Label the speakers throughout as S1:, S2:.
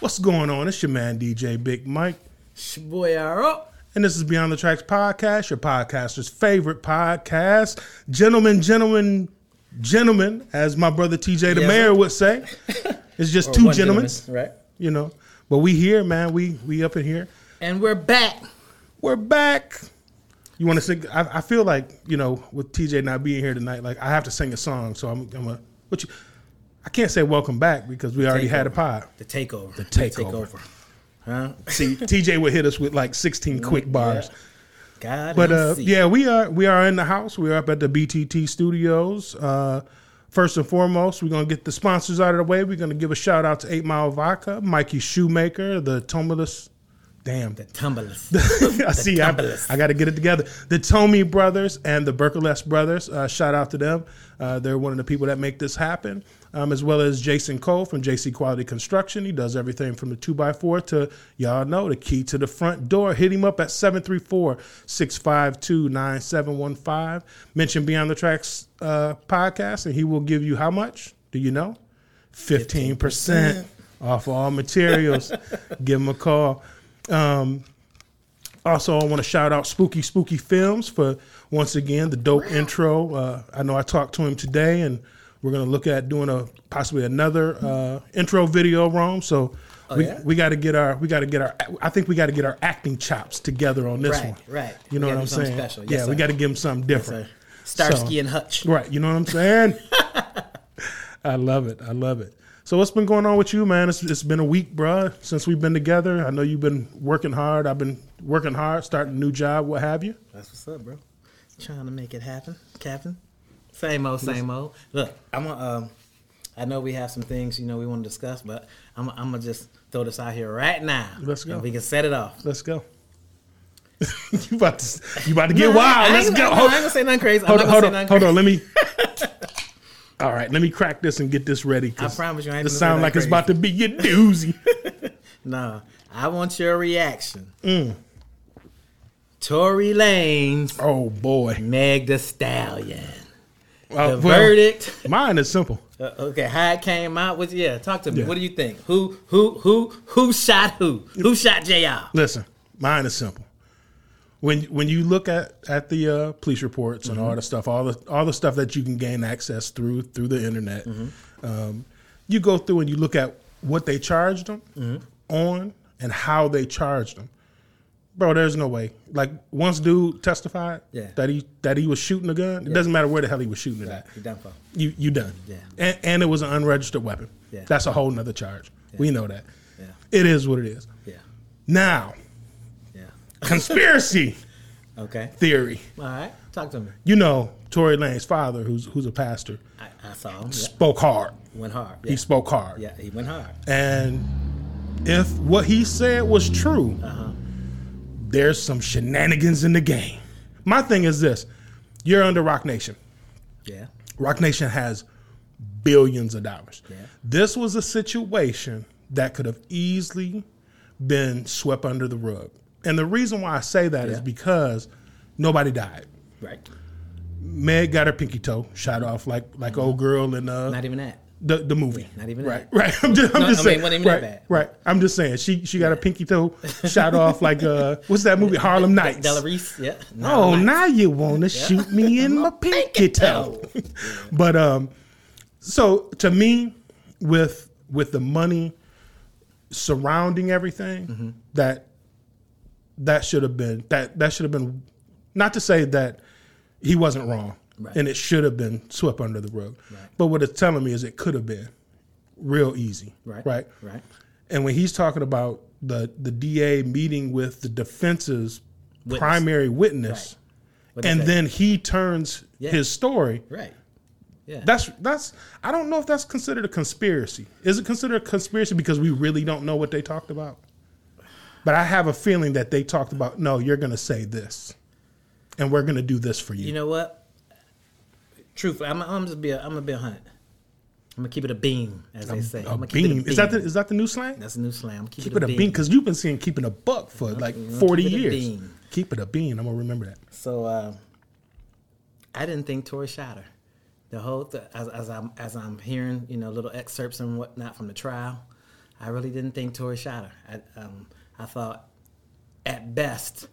S1: What's going on? It's your man DJ Big Mike,
S2: Shboyaro.
S1: and this is Beyond the Tracks podcast, your podcaster's favorite podcast. Gentlemen, gentlemen, gentlemen, as my brother TJ the
S2: Yes,
S1: Mayor
S2: sir.
S1: would say, it's just two gentlemen,
S2: Right.
S1: you know. But we here, man. We we up in here.
S2: And we're back.
S1: We're back. You want to sing? I, I feel like you know, with TJ not being here tonight, like I have to sing a song. So I'm, I'm a what you. I can't say welcome back because we already had a pod.
S2: The takeover. The
S1: takeover.
S2: Huh?
S1: See, TJ would hit us with like 16 quick bars.
S2: God.
S1: But uh,
S2: see.
S1: yeah, we are we are in the house. We're up at the BTT Studios. Uh, first and foremost, we're gonna get the sponsors out of the way. We're gonna give a shout out to Eight Mile Vodka, Mikey Shoemaker, the Tomalus. Damn,
S2: The tumblers.
S1: I see. I,
S2: Tomalus.
S1: I got to get it together. The Tomey brothers and the Berkeless brothers. Uh, shout out to them. Uh, they're one of the people that make this happen. Um, as well as Jason Cole from JC Quality Construction. He does everything from the 2x4 to, y'all know, the key to the front door. Hit him up at 734 652 9715. Mention Beyond the Tracks uh, podcast, and he will give you how much? Do you know? 15% off all materials. give him a call. Um, also, I want to shout out Spooky Spooky Films for once again the dope intro. Uh, I know I talked to him today, and we're gonna look at doing a possibly another uh, intro video, Rome. So we,
S2: Oh, yeah?
S1: we got to get our we got to get our I think we got to get our acting chops together on this
S2: Right,
S1: one.
S2: right.
S1: You
S2: We
S1: know what
S2: gotta do
S1: I'm
S2: something
S1: saying?
S2: special.
S1: yeah,
S2: Yes,
S1: we
S2: sir.
S1: got to give him something different.
S2: Sorry. Starsky
S1: So-
S2: and Hutch.
S1: Right. You know what I'm saying? I love it. I love it. So what's been going on with you, man? It's, it's been a week, bruh, since we've been together. I know you've been working hard. I've been working hard, starting a new job, what have you.
S2: That's what's up, bro. Trying to make it happen, Captain. Same old, same old. Look, I'm gonna. Um, I know we have some things you know we want to discuss, but I'm, I'm gonna just throw this out here right now.
S1: Let's go.
S2: And we can set it off.
S1: Let's go. you about to you about to get
S2: No, I
S1: wild.
S2: ain't-
S1: Let's
S2: I ain't-
S1: go.
S2: no,
S1: Hold,
S2: I ain't gonna say nothing crazy.
S1: hold
S2: I'm
S1: on,
S2: not
S1: hold
S2: gonna
S1: on,
S2: say
S1: hold
S2: nothing
S1: on. Let me. All right, let me crack this and get this ready. 'cause
S2: I promise you I ain't
S1: This
S2: gonna say
S1: sound
S2: nothing
S1: like it's
S2: crazy.
S1: about to be your doozy.
S2: No, I want your reaction.
S1: Mm.
S2: Tory Lanez,
S1: oh boy.
S2: Meg the Stallion.
S1: Uh, well,
S2: The verdict.
S1: Mine is simple.
S2: Uh, okay, how it came out was yeah. Talk to me.
S1: Yeah.
S2: What do you think? Who who who who shot who? Who shot Jr.
S1: Listen, mine is simple. When when you look at at the uh, police reports and
S2: Mm-hmm.
S1: all the stuff, all the all the stuff that you can gain access through through the internet,
S2: Mm-hmm.
S1: um, you go through and you look at what they charged them
S2: Mm-hmm.
S1: on and how they charged them. Bro, there's no way. Like once dude testified
S2: Yeah.
S1: that he that he was shooting a gun, it doesn't matter where the hell he was shooting it at
S2: You done for?
S1: you you done.
S2: Yeah.
S1: And, and it was an unregistered weapon.
S2: Yeah.
S1: That's a whole nother charge. We know that.
S2: Yeah.
S1: It is what it is.
S2: Yeah,
S1: Now,
S2: yeah.
S1: conspiracy
S2: Okay.
S1: theory.
S2: All right. Talk to me.
S1: You know, Tory Lane's father, who's who's a pastor,
S2: I, I saw him. Yeah.
S1: spoke hard.
S2: Went hard.
S1: He
S2: Yeah.
S1: spoke hard.
S2: yeah, he went hard.
S1: And if what he said was true,
S2: Uh-huh.
S1: there's some shenanigans in the game. My thing is this: you're under Rock Nation.
S2: Yeah.
S1: Rock Nation has billions of dollars.
S2: Yeah.
S1: This was a situation that could have easily been swept under the rug. And the reason why I say that is
S2: Yeah.
S1: because nobody died.
S2: Right.
S1: Meg got her pinky toe shot off like like old girl in uh,
S2: Uh-huh. Not even that.
S1: the the movie.
S2: not even
S1: right,
S2: that.
S1: right. I'm just, I'm
S2: No,
S1: just
S2: I mean,
S1: saying.
S2: wasn't even
S1: right,
S2: that bad.
S1: right. I'm just saying she she got her pinky toe shot off like uh what's that movie Harlem Nights.
S2: Della Reese. Yeah.
S1: Oh,
S2: Not-
S1: now you want to shoot me in my pinky toe. but um, so to me, with with the money surrounding everything, that that should have been that that should have been not to say that he wasn't wrong
S2: Right.
S1: and it should have been swept under the rug. But what it's telling me is it could have been real easy.
S2: Right.
S1: Right.
S2: Right.
S1: And when he's talking about the the DA meeting with the defense's
S2: Witness.
S1: primary witness,
S2: What'd
S1: and
S2: he say?
S1: then he turns
S2: Yeah.
S1: his story.
S2: Right. Yeah.
S1: That's that's I don't know if that's considered a conspiracy. Is it considered a conspiracy because we really don't know what they talked about? But I have a feeling that they talked about no, you're going to say this, and we're going to do this for you.
S2: You know what? Truthfully, I'm, I'm just be a, I'm gonna be a hundred. I'm gonna keep it a beam, as they say.
S1: a
S2: I'm gonna keep it
S1: beam.
S2: a
S1: is that the, is that the new slang?
S2: That's a new slam. Keep,
S1: Keep it a beam because you've been seeing keeping a buck for like
S2: keep
S1: forty
S2: it a
S1: years.
S2: beam.
S1: Keep it a beam. I'm gonna remember that.
S2: So uh, I didn't think Tori shot her. The whole th- as, as I'm as I'm hearing you know little excerpts and whatnot from the trial, I really didn't think Tori shot her. I, um, I thought at best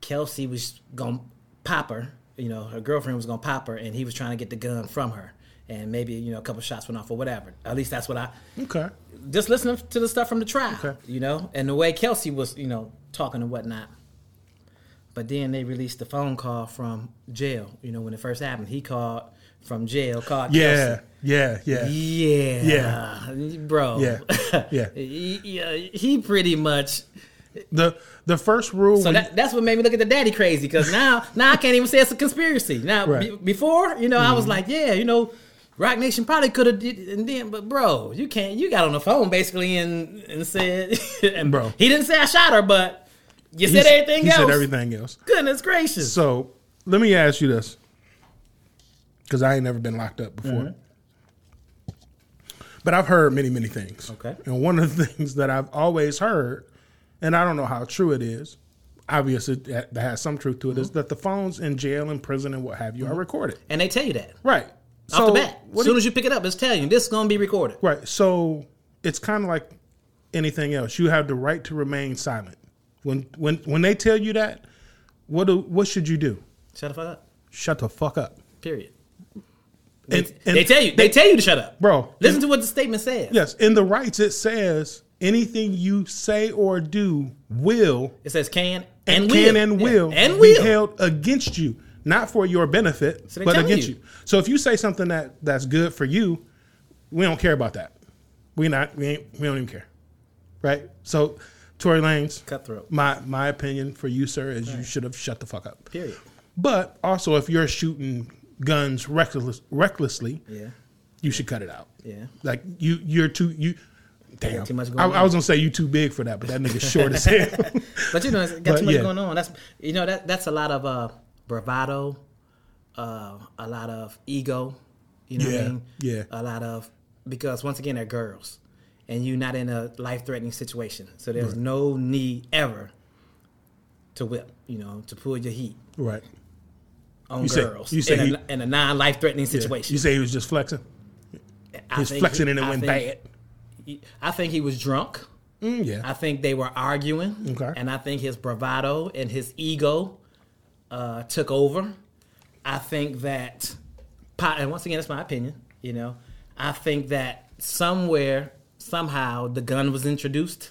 S2: Kelsey was going to pop her. You know, her girlfriend was going to pop her, and he was trying to get the gun from her. And maybe, you know, a couple shots went off or whatever. At least that's what I.
S1: Okay.
S2: Just listening to the stuff from the trial,
S1: Okay.
S2: you know, and the way Kelsey was, you know, talking and whatnot. But then they released the phone call from jail. You know, when it first happened, he called from jail, called
S1: Yeah.
S2: Kelsey.
S1: Yeah. Yeah.
S2: Yeah. Bro.
S1: Yeah. Yeah.
S2: He- yeah. He pretty much.
S1: The the first rule.
S2: So
S1: when-
S2: that, that's what made me look at the daddy crazy because now, now I can't even say it's a conspiracy. Now, be-
S1: Right. Mm-hmm.
S2: before, you know, I was like, yeah, you know, Rock Nation probably could have did, and then, but bro, you can't. You got on the phone basically and and said, and
S1: Bro.
S2: he didn't say I shot her, but you
S1: he
S2: said
S1: s-
S2: everything
S1: he
S2: else.
S1: said everything else.
S2: Goodness gracious.
S1: So let me ask you this, because I ain't never been locked up before, but I've heard many, many things.
S2: Mm-hmm. Okay.
S1: and one of the things that I've always heard, and I don't know how true it is, obviously that that has some truth to it,
S2: Mm-hmm.
S1: is that the phones in jail and prison and what have you are recorded,
S2: And they tell you that
S1: right?
S2: Mm-hmm. off the bat.
S1: what
S2: As
S1: do
S2: soon as you pick it up, it's telling you this is gonna be recorded.
S1: Right. So it's kind of like anything else. You have the right to remain silent. When when when they tell you that, what do, what should you do?
S2: Shut the fuck up.
S1: Shut the fuck up,
S2: Period.
S1: And-
S2: they,
S1: and
S2: they tell you. They, tell you to shut up,
S1: bro.
S2: Listen to what the statement says.
S1: Yes, in the rights it says anything you say or do will
S2: It says can
S1: and,
S2: and,
S1: can
S2: will.
S1: and
S2: Yeah.
S1: will
S2: and
S1: be
S2: will.
S1: held against you, not for your benefit,
S2: So they
S1: but
S2: telling
S1: against you.
S2: you.
S1: So if you say something that that's good for you, we don't care about that. We not we ain't we don't even care, right? So, Tory Lanez,
S2: Cutthroat.
S1: My my opinion for you, sir, is you should have shut the fuck up.
S2: Period.
S1: But also, if you're shooting guns reckless, recklessly,
S2: Yeah.
S1: you should cut it out.
S2: Yeah.
S1: Like you, you're too you. Damn,
S2: Too much going
S1: I, I
S2: on.
S1: was gonna say you too big for that, but that nigga's short as hell.
S2: But you know, it's got
S1: But,
S2: too much
S1: yeah.
S2: going on. That's you know that that's a lot of uh, bravado, uh, a lot of ego. You know what
S1: Yeah,
S2: I mean?
S1: yeah.
S2: A lot of because once again they're girls, and you're not in a life threatening situation, so there's no need ever to whip. You know, to pull your heat
S1: right.
S2: on
S1: You say-
S2: girls
S1: you say
S2: in,
S1: he-
S2: a, in a non life threatening situation.
S1: You say he was just flexing.
S2: I
S1: He was
S2: think
S1: flexing and it
S2: I
S1: went
S2: think-
S1: bad.
S2: I think he was drunk.
S1: Mm, yeah.
S2: I think they were arguing.
S1: Okay.
S2: And I think his bravado and his ego uh, took over. I think that, po- and once again, it's my opinion, you know, I think that somewhere, somehow, the gun was introduced.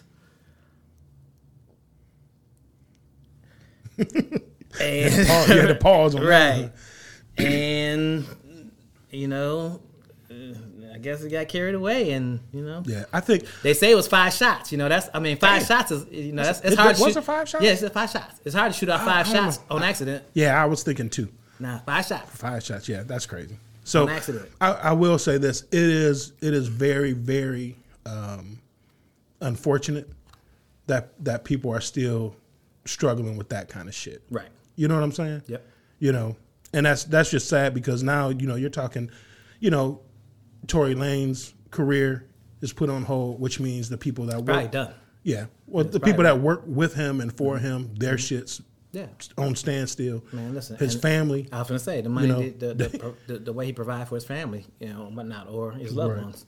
S2: and,
S1: Pause- you had to pause on that.
S2: right. And, you know, uh, I guess it got carried away and, you know.
S1: Yeah, I think
S2: They say it was five shots. You know, that's I mean, five
S1: Damn.
S2: shots is you know that's
S1: Did-
S2: it's hard. to
S1: was
S2: shoot-
S1: it five shots?
S2: Yeah, it's five shots. It's hard to shoot out five
S1: I don't
S2: shots on accident.
S1: yeah, I was thinking two,
S2: Nah, five shots.
S1: five shots. Yeah, that's crazy. So
S2: On accident.
S1: I, I will say this: it is it is very very um, unfortunate that that people are still struggling with that kind of shit.
S2: Right.
S1: You know what I'm saying?
S2: Yep.
S1: You know, and that's that's just sad because now you know you're talking, you know, Tory Lane's career is put on hold, which means the people that
S2: Probably
S1: work,
S2: done.
S1: yeah, well, the
S2: probably
S1: people that work with him and for him, their shits
S2: Mm-hmm. Yeah.
S1: on standstill.
S2: Man, listen,
S1: his
S2: and-
S1: family,
S2: I was gonna say the money,
S1: know,
S2: the, the, the, pro- the the way he provided for his family, you know, and whatnot, or his loved
S1: Right.
S2: ones.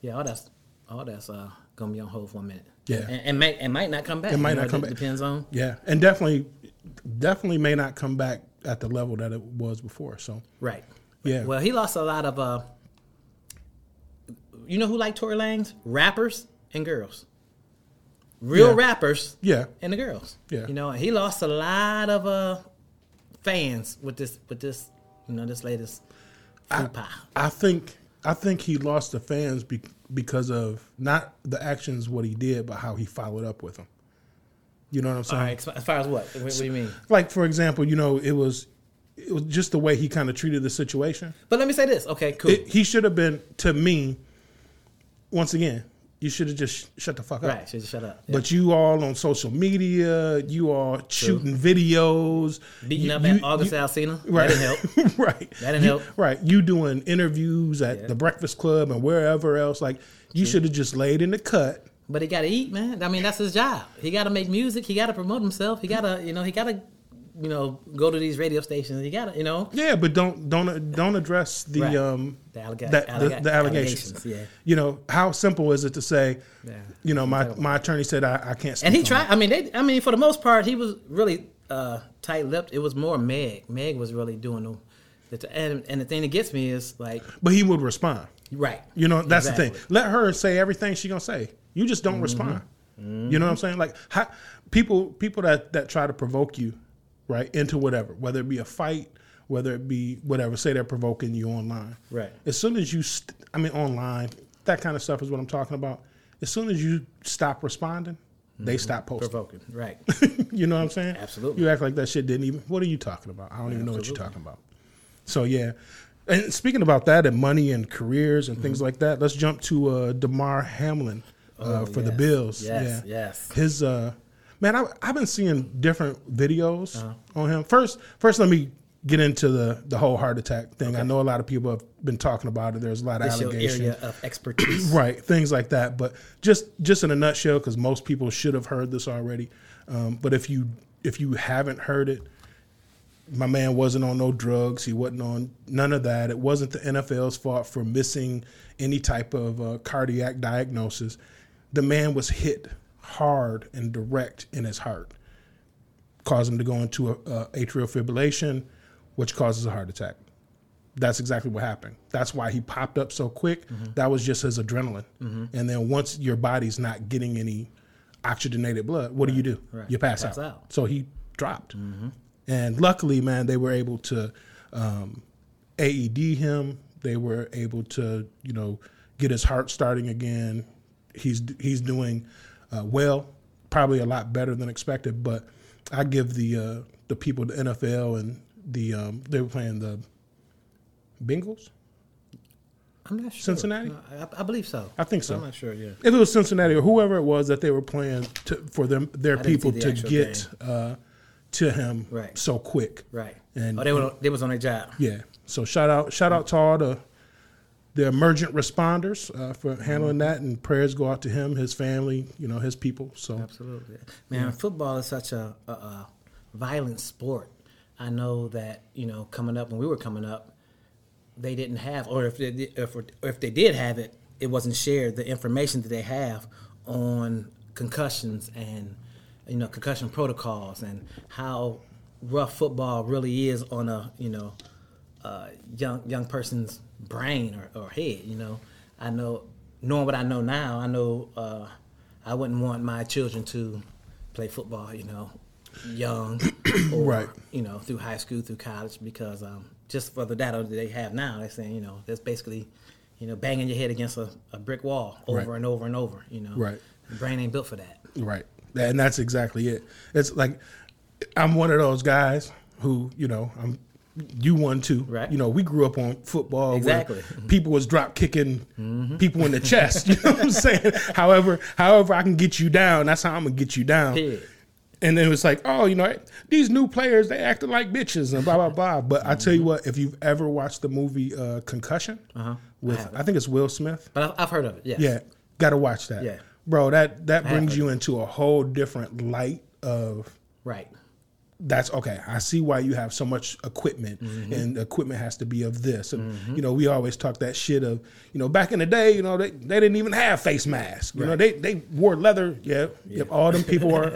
S2: Yeah, all that's all that's uh, gonna be on hold for a minute.
S1: Yeah.
S2: and, and might and might not come back. It
S1: might not come back.
S2: Depends on.
S1: yeah, and definitely, definitely may not come back at the level that it was before. So
S2: Right.
S1: Yeah.
S2: Well, he lost a lot of. Uh, you know who like Tory Lanez? Rappers and girls. Real
S1: Yeah.
S2: rappers
S1: yeah,
S2: and the girls.
S1: Yeah.
S2: You know, and he lost a lot of uh, fans with this with this you know this latest faux pas.
S1: I think I think he lost the fans be, because of not the actions what he did, but how he followed up with them. You know what I'm saying?
S2: All right. As far as what? What, what do you mean?
S1: Like for example, you know, it was it was just the way he kind of treated the situation.
S2: But let me say this. Okay. Cool.
S1: It, he should have been to me. Once again, you should have just sh- shut the fuck up.
S2: right. Should just shut up.
S1: But you all on social media, you all shooting videos,
S2: Beating
S1: you-
S2: up
S1: you-
S2: at August
S1: you-
S2: Alsina.
S1: Right.
S2: That didn't help.
S1: right.
S2: That didn't
S1: You-
S2: help.
S1: Right. You doing interviews at the Breakfast Club and wherever else. Like you should have just laid in the cut.
S2: But he got to eat, man. I mean, that's his job. He got to make music. He got to promote himself. He got to, you know, he got to you know, go to these radio stations. You gotta, you know,
S1: Yeah, but don't don't don't address the
S2: Right.
S1: um
S2: The allega-
S1: that-
S2: allega-
S1: the allegations.
S2: allegations, yeah.
S1: You know how simple is it to say,
S2: Yeah.
S1: you know, my my attorney said I, I can't. Speak
S2: and he
S1: on
S2: tried. I mean, they. I mean, for the most part, he was really uh, tight-lipped. It was more Meg. Meg was really doing the. the t- and, and the thing that gets me is like,
S1: it." but he would respond.
S2: right?
S1: You know, that's the thing.
S2: Exactly. Mm-hmm.
S1: Let her say everything she gonna say. You just don't respond. You know what I'm saying? Like how, people people that that try to provoke you, right, into whatever, whether it be a fight, whether it be whatever. Say they're provoking you online.
S2: Right.
S1: As soon as you, st- I mean, online, that kind of stuff is what I'm talking about. As soon as you stop responding,
S2: Mm-hmm.
S1: they stop posting.
S2: Provoking, right?
S1: you know what I'm saying?
S2: Absolutely.
S1: You act like that shit didn't even. What are you talking about? I don't even know what you're talking about. So yeah, and speaking about that and money and careers and
S2: Mm-hmm.
S1: things like that, let's jump to uh, Demar Hamlin uh, for the
S2: Oh, yes.
S1: Bills.
S2: Yes,
S1: yeah.
S2: yes.
S1: His uh, man, I, I've been seeing different videos
S2: Uh-huh.
S1: on him. First, first let me get into the the whole heart attack thing. I know a lot of people have been talking about it. There's a lot of
S2: That's your
S1: allegations
S2: area of expertise.
S1: right things like that but just just in a nutshell because most people should have heard this already um, but if you if you haven't heard it my man wasn't on no drugs he wasn't on none of that it wasn't the nfl's fault for missing any type of uh, cardiac diagnosis the man was hit hard and direct in his heart caused him to go into a, a atrial fibrillation which causes a heart attack that's exactly what happened. That's why he popped up so quick.
S2: Mm-hmm.
S1: That was just his adrenaline. And then once your body's not getting any oxygenated blood, what do you do?
S2: right.
S1: You pass,
S2: Pass
S1: out.
S2: out. Mm-hmm.
S1: So he dropped. And luckily, man, they were able to um, AED him. They were able to, you know, get his heart starting again. He's he's doing uh, well, probably a lot better than expected. But I give the uh, the people, the NFL, and the um, they were playing the Bengals.
S2: I'm not sure.
S1: Cincinnati?
S2: No, I, I believe so.
S1: I think so.
S2: I'm not sure. Yeah.
S1: If it was Cincinnati or whoever it was that they were playing to, for them, their
S2: didn't see
S1: people
S2: the
S1: to
S2: actual
S1: get uh, to him
S2: Right.
S1: so quick,
S2: Right.
S1: And-
S2: oh, they were they was on their job.
S1: yeah. So shout out, shout out to all the the emergent responders uh, for
S2: Mm-hmm.
S1: handling that, and prayers go out to him, his family, you know, his people. So
S2: Absolutely, man. Football is such a, a, a violent sport. I know that you know coming up when we were coming up, they didn't have, or if they did, if, or if they did have it, it wasn't shared. The information that they have on concussions and you know concussion protocols and how rough football really is on a you know uh, young young person's brain or, or head. You know, I know knowing what I know now, I know uh, I wouldn't want my children to play football. You know, young or
S1: Right.
S2: you know through high school through college because um, just for the data that they have now, they're saying you know that's basically you know banging your head against a, a brick wall over
S1: Right.
S2: and over and over. You know,
S1: Right.
S2: The brain ain't built for that.
S1: Right. And that's exactly it. It's like I'm one of those guys who, you know, I'm you one too.
S2: Right.
S1: You know, we grew up on football where
S2: Exactly. Mm-hmm.
S1: people was drop kicking people in the chest. You know what I'm saying? However, however I can get you down, that's how I'm gonna get you down.
S2: Period.
S1: And then it was like, oh, you know, these new players, they acting like bitches and blah, blah, blah. But I tell you
S2: Mm-hmm.
S1: what, if you've ever watched the movie uh, Concussion
S2: Uh-huh.
S1: with, I think it's Will Smith.
S2: But I've, I've heard of it. Yes.
S1: Yeah, gotta watch that.
S2: Yeah.
S1: bro, that that
S2: haven't.
S1: brings you into a whole different light of
S2: Right.
S1: that's okay. I see why you have so much equipment,
S2: Mm-hmm.
S1: and equipment has to be of this. And you know, we always talk that shit of you know back in the day, you know they, they didn't even have face masks. You know they they wore leather. Yeah, Yep, all them people are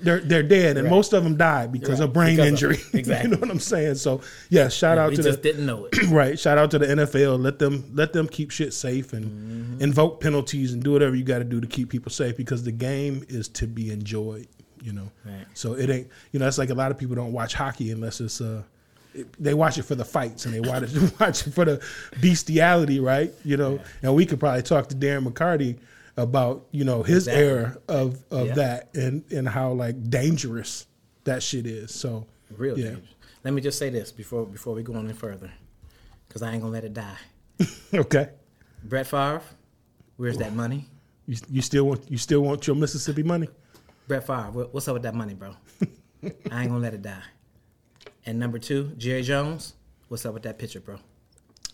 S1: they're they're dead, and most of them died because of brain
S2: Because of-
S1: injury.
S2: exactly.
S1: you know what I'm saying? So yeah, shout out
S2: We
S1: to
S2: just
S1: the
S2: didn't know it.
S1: right. Shout out to the NFL. Let them let them keep shit safe and
S2: Mm-hmm.
S1: invoke penalties and do whatever you got to do to keep people safe because the game is to be enjoyed. You know,
S2: Right.
S1: so it ain't. You know, it's like a lot of people don't watch hockey unless it's uh, it- they watch it for the fights and they watch it, watch it for the bestiality, right? You know, and we could probably talk to Darren McCarty about you know his
S2: Exactly.
S1: era of of
S2: Yeah.
S1: that and and how like dangerous that shit is. So
S2: Real
S1: yeah,
S2: dangerous. Let me just say this before before we go on any further, because I ain't gonna let it die.
S1: okay.
S2: Brett Favre, where's that money?
S1: You, you still want you still want your Mississippi money?
S2: Brett Favre, what- what's up with that money, bro? I ain't gonna let it die. And number two, Jerry Jones, what's up with that picture, bro?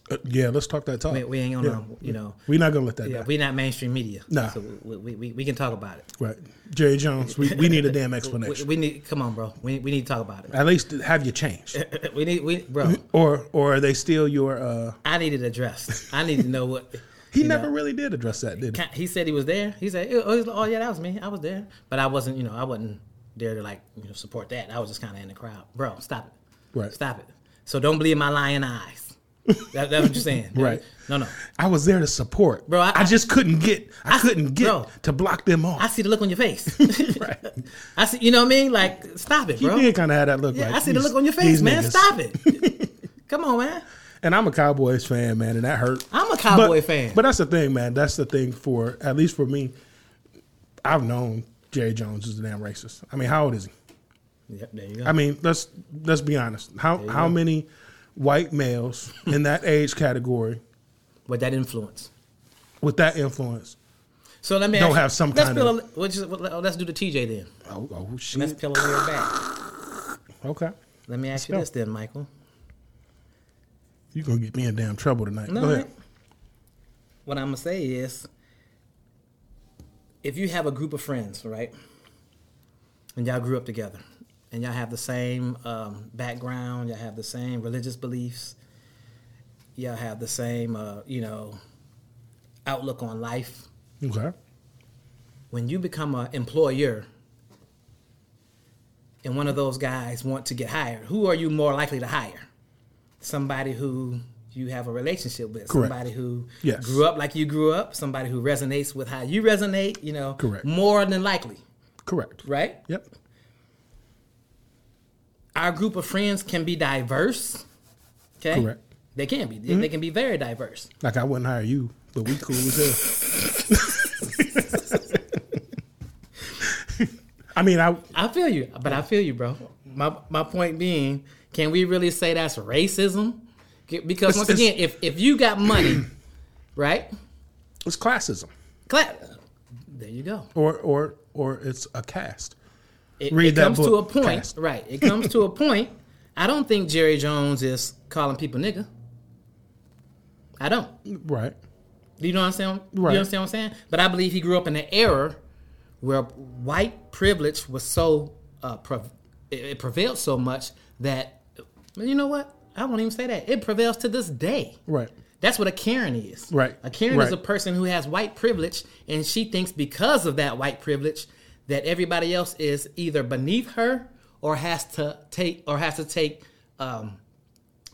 S1: Uh, yeah, let's talk that talk.
S2: We, we ain't on,
S1: Yeah.
S2: a, you know,
S1: We're not gonna let that
S2: yeah,
S1: die.
S2: we not mainstream media.
S1: Nah.
S2: So we, we, we, we can talk about it.
S1: right, Jerry Jones. We, we need a damn
S2: We,
S1: explanation.
S2: we need, come on, bro. We, we need to talk about it.
S1: At least have you changed,
S2: We need, we, bro.
S1: or or are they still your? uh
S2: I need it addressed. I need to know what.
S1: He
S2: you
S1: never
S2: know,
S1: really did address that, did he?
S2: ca- he said he was there. He said, "Oh, he's like, oh, yeah, that was me. I was there, but I wasn't. You know, I wasn't there to like you know support that. I was just kind of in the crowd, bro. Stop it.
S1: Right.
S2: Stop it. So don't believe my lying eyes. that, that's what you're saying,
S1: Right.
S2: No, no.
S1: I was there to support,
S2: Bro, I-
S1: I, just couldn't get. I, couldn't get
S2: bro.
S1: to block them off.
S2: I see the look on your face.
S1: Right.
S2: I see. You know what I mean? Like, stop it, bro.
S1: He did kind of have that look.
S2: Yeah,
S1: like,
S2: I see the
S1: these-
S2: look on your face,
S1: these
S2: man.
S1: niggas.
S2: Stop it. Come on, man.
S1: And I'm a Cowboys fan, man, and that hurt.
S2: I'm a Cowboy
S1: but,
S2: fan.
S1: But that's the thing, man. That's the thing for at least for me. I've known Jerry Jones is a damn racist. I mean, how old is he?
S2: Yep, there you go.
S1: I mean, let's let's be honest. How how many white males in that age category
S2: With that influence.
S1: with that influence?
S2: So let me
S1: Don't
S2: ask
S1: have some
S2: let's
S1: kind
S2: peel
S1: of-
S2: a- let's just- well, let's do the TJ then.
S1: Oh, oh
S2: Let's
S1: shit.
S2: peel a little back.
S1: Okay.
S2: Let me ask you
S1: go.
S2: this then, Michael.
S1: You're gonna get me in damn trouble tonight.
S2: No,
S1: Go ahead.
S2: right. What I'm gonna say is, if you have a group of friends, right, and y'all grew up together, and y'all have the same um, background, y'all have the same religious beliefs, y'all have the same, uh, you know, outlook on life.
S1: Okay.
S2: When you become an employer, and one of those guys want to get hired, who are you more likely to hire? Somebody who you have a relationship with,
S1: Correct.
S2: somebody who
S1: Yes.
S2: grew up like you grew up, somebody who resonates with how you resonate, you know,
S1: Correct.
S2: more than likely,
S1: Correct.
S2: right?
S1: Yep.
S2: Our group of friends can be diverse, okay?
S1: Correct. Mm-hmm.
S2: They can be. They- They can be very diverse.
S1: Like I wouldn't hire you, but we cool as hell. I mean, I
S2: I feel you, but I feel you, bro. My my point being, can we really say that's racism?
S1: It's-
S2: Because once
S1: it's-
S2: again, if if you got money, right?
S1: it's classism,
S2: Clap. There you go.
S1: or or or it's a cast.
S2: It,
S1: Read
S2: it
S1: that
S2: comes to a
S1: book,
S2: point,
S1: Cass.
S2: right? It comes to a point. I don't think Jerry Jones is calling people nigga. I don't.
S1: Right.
S2: Do you know what I'm saying?
S1: Right.
S2: You understand what I'm saying? But I believe he grew up in an era where white privilege was so uh, prev- it, it prevailed so much that you know what? I won't even say that. It prevails to this day.
S1: Right.
S2: That's what a Karen is.
S1: Right.
S2: A Karen is
S1: Right.
S2: a person who has white privilege, and she thinks because of that white privilege that everybody else is either beneath her or has to take or has to take um,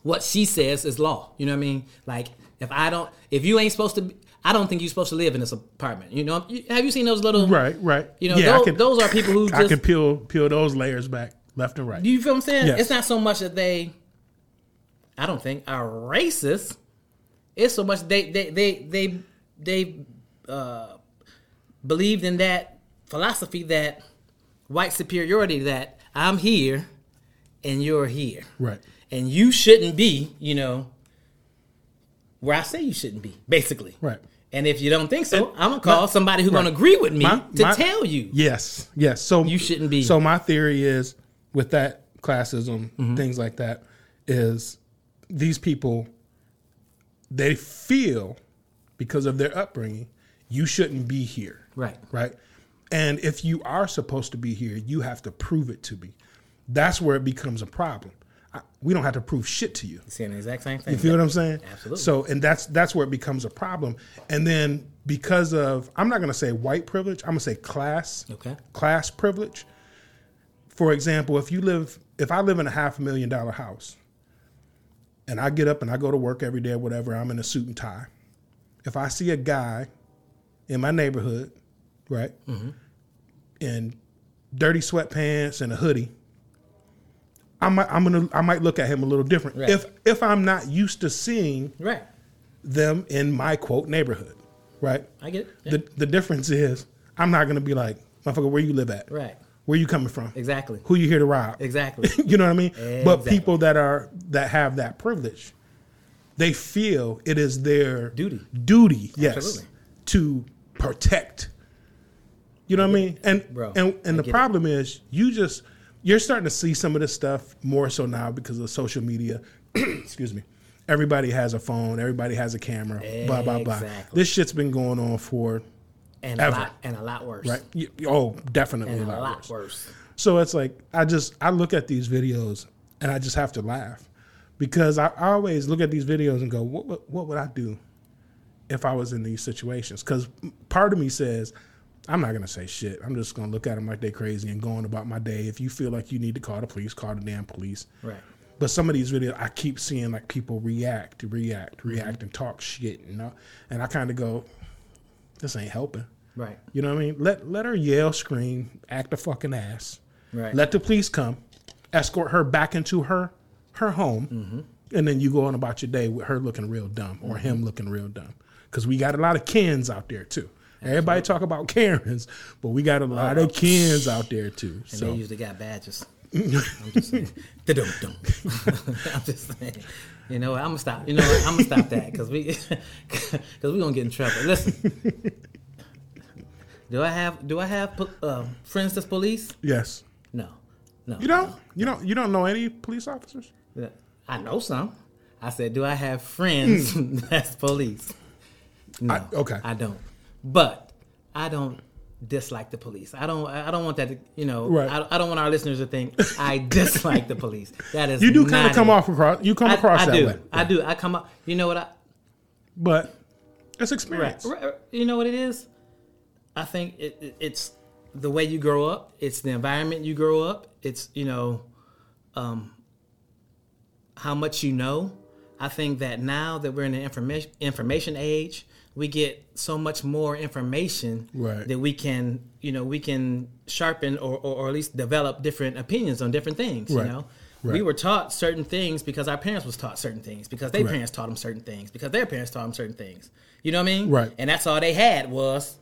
S2: what she says is law. You know what I mean? Like if I don't, if you ain't supposed to, be, I don't think you're supposed to live in this apartment. You know? You- Have you seen those little?
S1: Right. Right.
S2: You know,
S1: Yeah, I
S2: those,
S1: can-
S2: those are people who
S1: I
S2: just
S1: can peel peel those layers back left and right.
S2: do you feel what I'm saying?
S1: Yes.
S2: It's not so much that they, I don't think, are racist. It's so much they they they they they uh, believed in that philosophy that white superiority that I'm here and you're here,
S1: right.
S2: and you shouldn't be, you know, where I say you shouldn't be, basically.
S1: Right.
S2: And if you don't think so,
S1: And
S2: I'm gonna call
S1: my-
S2: somebody who's
S1: right.
S2: gonna agree with me
S1: My-
S2: to
S1: my-
S2: tell you.
S1: Yes. Yes. So
S2: You shouldn't be.
S1: So my theory is with that classism, things like that, is these people they feel because of their upbringing, you shouldn't be here.
S2: Right.
S1: Right. And if you are supposed to be here, you have to prove it to me. That's where it becomes a problem. I, we don't have to prove shit to you.
S2: Saying the exact same thing.
S1: You feel what I'm saying?
S2: Absolutely.
S1: So, and that's that's where it becomes a problem. And then because of, I'm not going to say white privilege. I'm going to say class.
S2: Okay.
S1: Class privilege. For example, if you live, if I live in a half million dollar house, and I get up and I go to work every day or whatever, I'm in a suit and tie. If I see a guy in my neighborhood, right,
S2: Mm-hmm.
S1: in dirty sweatpants and a hoodie, I might I'm gonna I might look at him a little different
S2: Right.
S1: if if I'm not used to seeing
S2: Right.
S1: them in my quote neighborhood, right?
S2: I get it. Yeah.
S1: The the difference is I'm not gonna be like motherfucker where you live at,
S2: Right.
S1: Where you coming from?
S2: Exactly.
S1: Who you here to rob?
S2: Exactly.
S1: you know what I mean? But
S2: Exactly.
S1: people that are that have that privilege, they feel it is their
S2: Duty.
S1: Duty, yes,
S2: Absolutely.
S1: to protect. You know what I mean? And
S2: Bro,
S1: and
S2: I
S1: and the
S2: get it.
S1: problem is you just you're starting to see some of this stuff more so now because of social media. excuse me, Everybody has a phone. Everybody has a camera. Blah blah blah.
S2: Exactly.
S1: This shit's been going on for
S2: and
S1: Ever.
S2: a lot and a lot worse.
S1: right. y- Oh, definitely
S2: And
S1: a
S2: a
S1: lot
S2: lot
S1: worse.
S2: worse.
S1: So it's like I just I look at these videos and I just have to laugh because I I always look at these videos and go, what would- what would I do if I was in these situations? Because part of me says. I'm not gonna say shit. I'm just gonna look at them like they crazy and go on about my day. If you feel like you need to call the police, call the damn police.
S2: Right.
S1: But some of these videos, I keep seeing like people react, react, react, and talk shit, you know. And I kind of go, "This ain't helping."
S2: Right.
S1: You know what I mean? Let let her yell, scream, act a fucking ass.
S2: Right.
S1: Let the police come, escort her back into her her home,
S2: Mm-hmm.
S1: and then you go on about your day with her looking real dumb or him looking real dumb. Because we got a lot of Kens out there too. Everybody talk about Karens, but we got a lot of Kens out there too.
S2: They
S1: So
S2: usually got badges. I'm just saying. Da-dum-dum. I'm just saying. You know, what, I'm gonna stop. You know, what, I'm gonna stop that because we because we gonna get in trouble. Listen. Do I have do I have po- uh, friends that's police?
S1: yes,
S2: No, no.
S1: you don't you don't you don't know any police officers.
S2: Yeah, I know some. I said, do I have friends that's police? No,
S1: Hmm. I- okay.
S2: I don't. But I don't dislike the police. I don't. I I don't want that. To, you know,
S1: Right.
S2: I, I don't want our listeners to think I dislike the police. That is
S1: You do kind
S2: not
S1: of come
S2: it.
S1: off across you come
S2: I,
S1: across
S2: I
S1: that
S2: do.
S1: way,
S2: I do. I come up. You know what I?
S1: but it's
S2: Right.
S1: experience.
S2: right, You know what it is? I think it, it, it's the way you grow up. It's the environment you grow up. It's you know, um, how much you know. I think that now that we're in the information information age, we get so much more information
S1: Right.
S2: that we can you know we can sharpen or, or, or at least develop different opinions on different things.
S1: Right.
S2: You know. We
S1: Right.
S2: were taught certain things because our parents was taught certain things because their parents taught them certain things because their parents taught them certain things. You know what I mean?
S1: Right.
S2: And that's all they had was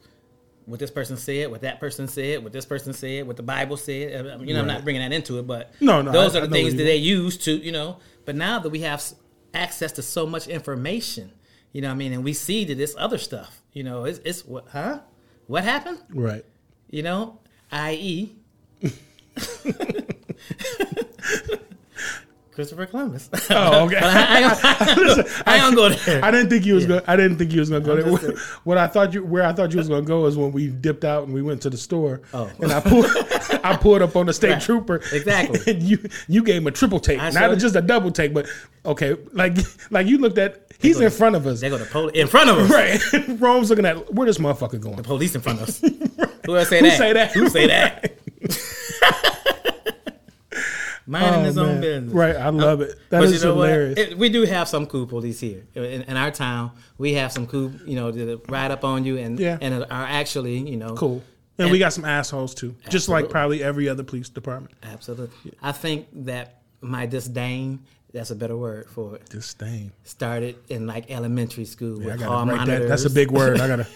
S2: what this person said, what that person said, what this person said, what the Bible said. I mean, You know, I'm
S1: Right.
S2: not bringing that into it, but
S1: No, no,
S2: those
S1: I-
S2: are
S1: I
S2: the
S1: know what
S2: things
S1: you
S2: that they use to, you know. But now that we have s- access to so much information, you know what I mean? And we see that this other stuff, you know, it's, it's what, huh? What happened?
S1: right.
S2: You know, E. i.e., Christopher Columbus.
S1: Oh, okay.
S2: I, I, I don't go there.
S1: I didn't think you was gonna. I didn't think you was gonna go there. What, I thought you, where I thought you was gonna go, is when we dipped out and we went to the store.
S2: Oh.
S1: and I pulled, I pulled up on the state
S2: Right.
S1: trooper.
S2: Exactly.
S1: And you, you gave him a triple take,
S2: I
S1: not
S2: showed-
S1: just a double take, but okay, like, like you looked at. He's in front of us,
S2: They go to police in front of us.
S1: right? Rome's looking at where this motherfucker going.
S2: Police in front of us. Who else say
S1: Who
S2: that?
S1: say that?
S2: Who say that? Minding his
S1: Oh,
S2: own
S1: man.
S2: business.
S1: Right, I love it. That
S2: But
S1: is
S2: you know what?
S1: hilarious.
S2: It- we do have some cool police here in, in our town. We have some cool, you know, that ride up on you and
S1: Yeah.
S2: and are actually, you know,
S1: cool. And, we got some assholes too, just like probably every other police department.
S2: Absolutely. I think that my disdain, that's a better word for it,
S1: This thing,
S2: started in like elementary school
S1: I
S2: with
S1: gotta
S2: hall
S1: write
S2: monitors.
S1: that. That's a big word. I gotta,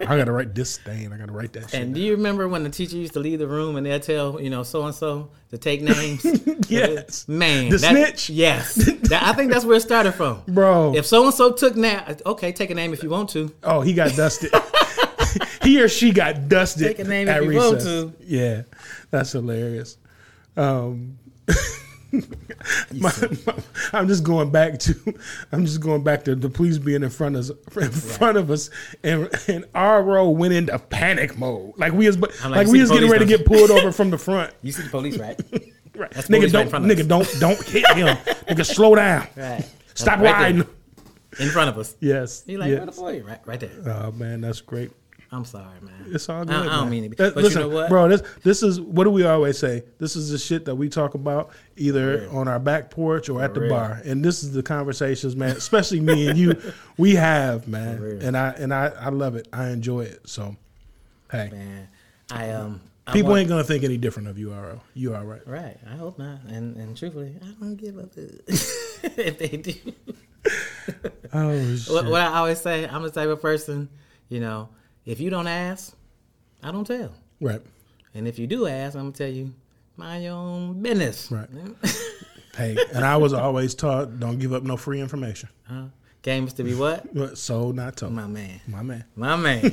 S1: I gotta write this thing. I gotta write that. shit.
S2: And do you remember when the teacher used to leave the room and they'd tell, you know, so and so to take names?
S1: Yes.
S2: Man.
S1: The
S2: that-
S1: snitch?
S2: Yes. That- I think that's where it started from.
S1: Bro.
S2: If so and so took na okay, take a name if you want to.
S1: Oh, he got dusted. he or she got dusted
S2: Take a name
S1: at
S2: if you want
S1: recess.
S2: to.
S1: Yeah, that's hilarious. Um, my- my- I'm just going back to, I'm just going back to the police being in front of us, in front of us, and and our row went into panic mode. Like we was, like,
S2: I'm like,
S1: like
S2: you
S1: we
S2: see
S1: was
S2: the
S1: getting ready to
S2: police
S1: get pulled over from the front.
S2: You see the police, right?
S1: Right, nigga,
S2: That's police right in
S1: don't,
S2: front of
S1: nigga, don't, don't hit him. nigga, slow down.
S2: Right.
S1: Stop
S2: Right there.
S1: riding.
S2: In front of us.
S1: Yes.
S2: He like,
S1: yes.
S2: where the boy? Right, right there.
S1: Oh man, that's great.
S2: I'm sorry, man.
S1: It's all
S2: I-
S1: good.
S2: I, don't
S1: man.
S2: mean it.
S1: Uh,
S2: But you know what?
S1: bro? This this is what do we always say? This is the shit that we talk about either on our back porch or at the
S2: real.
S1: bar, and this is the conversations, man. Especially me and you, we have, man. And I and I, I love it. I enjoy it. So, hey,
S2: Man, I um I
S1: people
S2: want-
S1: ain't gonna think any different of you, Ro. You are right.
S2: right. I hope not. And and truthfully, I don't give a fuck if they do.
S1: Oh shit.
S2: What, what I always say, I'm the type of person, you know, if you don't ask, I don't tell.
S1: Right.
S2: And if you do ask, I'm gonna tell you, mind your own business. Uh-huh.
S1: Right. Hey, and I was always taught don't give up no free information.
S2: Huh? Game is to be what?
S1: But so not told.
S2: My man.
S1: My man.
S2: My man.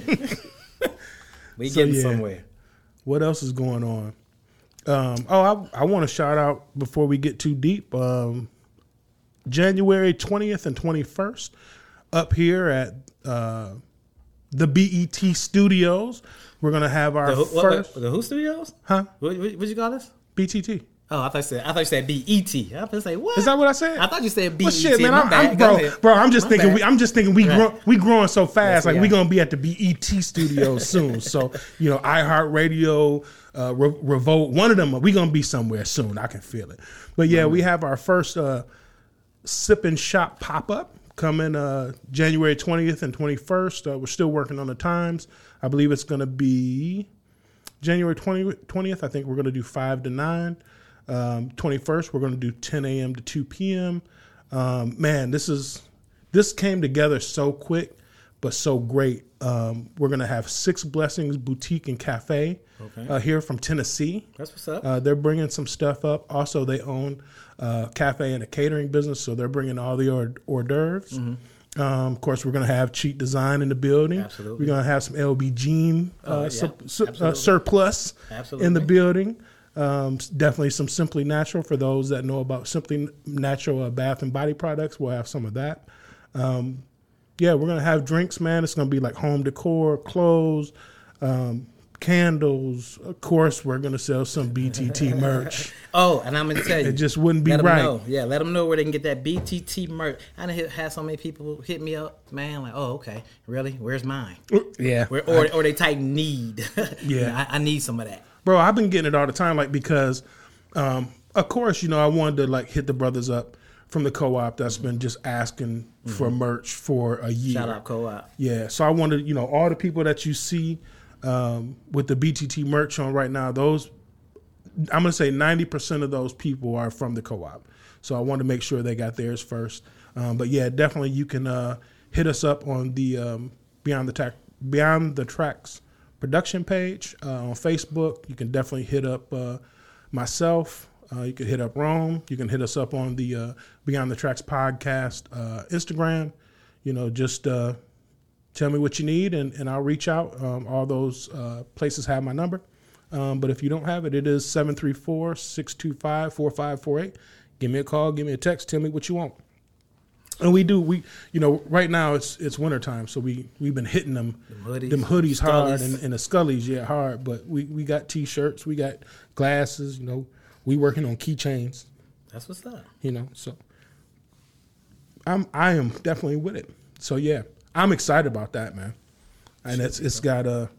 S2: we getting
S1: yeah.
S2: somewhere.
S1: what else is going on? Um, oh, I, I want to shout out before we get too deep. Um, January 20th and 21st up here at uh, the BET Studios. We're going to have our
S2: The, who- what,
S1: first.
S2: what- the Who Studios?
S1: Huh?
S2: What, what, what you call this?
S1: BTT.
S2: Oh, I thought you said I thought you said B E T. I was like, what?
S1: Is that what I said?
S2: I thought you said B E
S1: Well,
S2: T.
S1: shit, man. I'm, I'm- bro, bro. I'm just thinking. We, I'm just thinking. We grow, we growing so fast. like
S2: we
S1: we
S2: are.
S1: gonna be at the BET studio soon. So you know, iHeartRadio, uh, Re- Revolt. One of them. We gonna be somewhere soon. I can feel it. But yeah, we have our first uh, sip and shop pop up coming uh, January 20th and 21st. Uh, we're still working on the times. I believe it's gonna be January 20, 20th, I think we're going to do 5 to 9. Um, 21st, we're going to do 10 a.m. to 2 p.m. Um, man, this is this came together so quick, but so great. Um, we're going to have Six Blessings Boutique and Cafe
S2: Okay.
S1: uh, here from Tennessee.
S2: That's what's up.
S1: Uh, they're bringing some stuff up. Also, they own a cafe and a catering business, so they're bringing all the hors, hors d'oeuvres. Um, of course, we're going to have cheat design in the building.
S2: Mm-hmm. Absolutely. Oh,
S1: We're going to have some LB Jean uh,
S2: yeah.
S1: su- su- uh,
S2: Absolutely.
S1: surplus in the
S2: Absolutely.
S1: building. Um, s- definitely some Simply Natural for those that know about Simply Natural uh, bath and body products. We'll have some of that. Um, yeah, we're gonna have drinks, man. It's gonna be like home decor, clothes, um, candles. Of course, we're gonna sell some BTT merch.
S2: oh, and I'm gonna tell you,
S1: It just wouldn't be
S2: let 'em
S1: right.
S2: know. Yeah, let them know where they can get that BTT merch. I done hit, had so many people hit me up, man. Like, oh, okay, really? Where's mine?
S1: Yeah,
S2: Where, or or they type need. You know,
S1: Yeah.
S2: I, I need some of that.
S1: bro i've been getting it all the time like because um of course you know i wanted to like hit the brothers up from the co-op that's been just asking for merch for a year
S2: Mm-hmm. Shout out co-op.
S1: yeah so i wanted you know all the people that you see um with the btt merch on right now those i'm gonna say 90% of those people are from the co-op so i wanted to make sure they got theirs first um, but yeah definitely you can uh hit us up on the um beyond the track beyond the tracks production page uh, on Facebook. You can definitely hit up uh, myself. Uh, you can hit up Rome. You can hit us up on the uh, Beyond the Tracks podcast uh, Instagram. You know, just uh, tell me what you need and, and I'll reach out. Um, all those uh, places have my number. Um, but if you don't have it, it is 734 625 4548. Give me a call, give me a text, tell me what you want. And we do we you know right now it's it's wintertime, so we we've been hitting them
S2: hoodies,
S1: them hoodies hard
S2: Scullies.
S1: and, and the Scullies yeah hard, but we we got t-shirts, we got glasses, you know, we working on keychains,
S2: That's what's up.
S1: you know, so I'm I am definitely with it. So yeah, I'm excited about that, man. And it's it's got a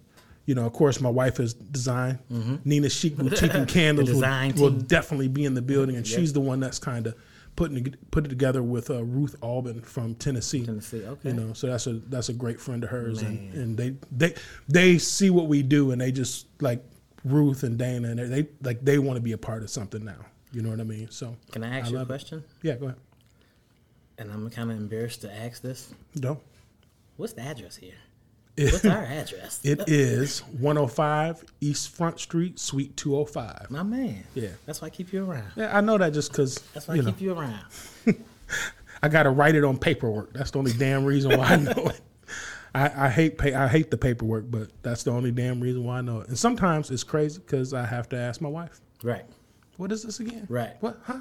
S1: you know, of course, my wife is design. Nina Chic Boutique and Candles will,
S2: Mm-hmm. design
S1: will
S2: team.
S1: definitely be in the building, and she's the one that's kind of putting it- put it together with uh, Ruth Albin from Tennessee.
S2: Tennessee, okay.
S1: you know, so that's a that's a great friend of hers, and, and they they they see what we do, and they just like Ruth and Dana, and they, they like they want to be a part of something now. You know what I mean? So
S2: Can I ask you a
S1: love it.
S2: question?
S1: Yeah, go ahead.
S2: And I'm kind of embarrassed to ask this.
S1: No,
S2: What's the address here?
S1: It-
S2: What's our address?
S1: it is 105 East Front Street, Suite 205.
S2: My man.
S1: Yeah.
S2: That's why I keep you around.
S1: Yeah, I know that just because
S2: That's why
S1: you
S2: I
S1: know
S2: keep you around.
S1: I got to write it on paperwork. That's the only damn reason why I know it. I, I hate pay, I hate the paperwork, but that's the only damn reason why I know it. And sometimes it's crazy because I have to ask my wife,
S2: Right.
S1: "What is this again?"
S2: Right.
S1: What? Huh?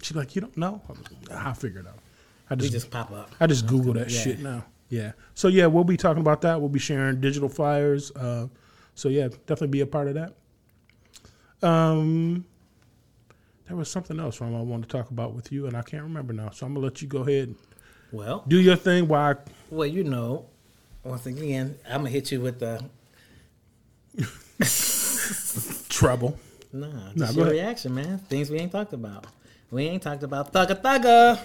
S1: She's like, "You don't know?" I'm like, "Nah, I'll figure it out. I
S2: We
S1: just,
S2: just pop up.
S1: I just Google that
S2: Yeah.
S1: shit now. Yeah. So yeah, we'll be talking about that. We'll be sharing digital flyers. Uh, so yeah, definitely be a part of that. Um, there was something else Ron, I wanted to talk about with you, and I can't remember now. So I'm gonna let you go ahead and
S2: Well,
S1: do your thing. While I,
S2: well, you know, once again, I'm gonna hit you with the
S1: trouble.
S2: nah, just
S1: Nah, go
S2: your
S1: ahead.
S2: reaction, man. Things we ain't talked about. We ain't talked about Thugga Thugga,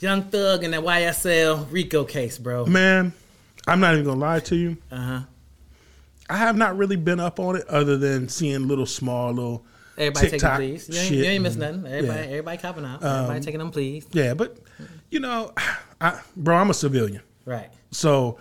S2: Young Thug, and that YSL Rico case, bro.
S1: Man, I'm not even gonna lie to you.
S2: Uh huh.
S1: I have not really been up on it other than seeing little small little
S2: Everybody
S1: TikTok
S2: taking please. You ain't,
S1: shit.
S2: you ain't missing nothing. Everybody,
S1: Yeah. Um,
S2: everybody copping out. everybody taking them please.
S1: Yeah, but you know, I, bro, I'm a civilian.
S2: Right.
S1: So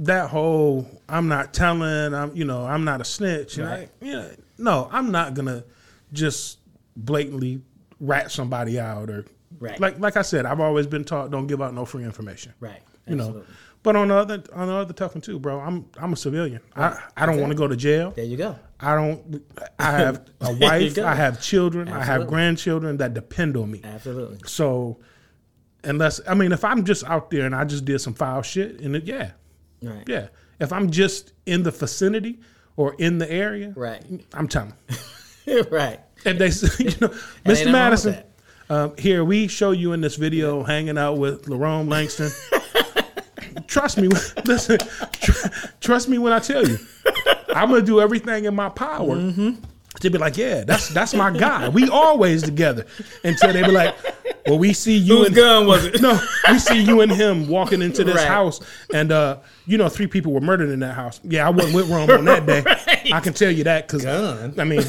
S1: that whole I'm not telling, I'm you know, I'm not a snitch. And
S2: Right.
S1: I, you know, no, I'm not gonna just blatantly rat somebody out or
S2: Right.
S1: like like I said, I've always been taught don't give out no free information.
S2: Right.
S1: You know.
S2: Absolutely.
S1: But on the other on the other tough one too, bro. I'm I'm a civilian. I, I don't want to go to jail.
S2: There you go.
S1: I don't. I have a
S2: you
S1: wife.
S2: go.
S1: I have children. I have
S2: Absolutely.
S1: grandchildren that depend on me.
S2: Absolutely.
S1: So, unless I mean, if I'm just out there and I just did some foul shit, and it, yeah,
S2: Right.
S1: yeah. If I'm just in the vicinity or in the area,
S2: Right.
S1: I'm telling.
S2: right.
S1: If they, say, you know,
S2: nothing wrong
S1: Mr.
S2: with
S1: Madison,
S2: that.
S1: um, here we show you in this video hanging out with Lerone Langston. trust me, listen. Tr- trust me when I tell you, I'm gonna do everything in my power
S2: Mm-hmm.
S1: to be like, yeah, that's that's my guy. We always together until they be like, well, we see you
S2: Whose
S1: and
S2: gun was it?
S1: no, we see you and him walking into this
S2: Right.
S1: house, and uh, you know, three people were murdered in that house. Yeah, I wasn't with Rome on that day. I can tell you that because
S2: Gun.
S1: I mean,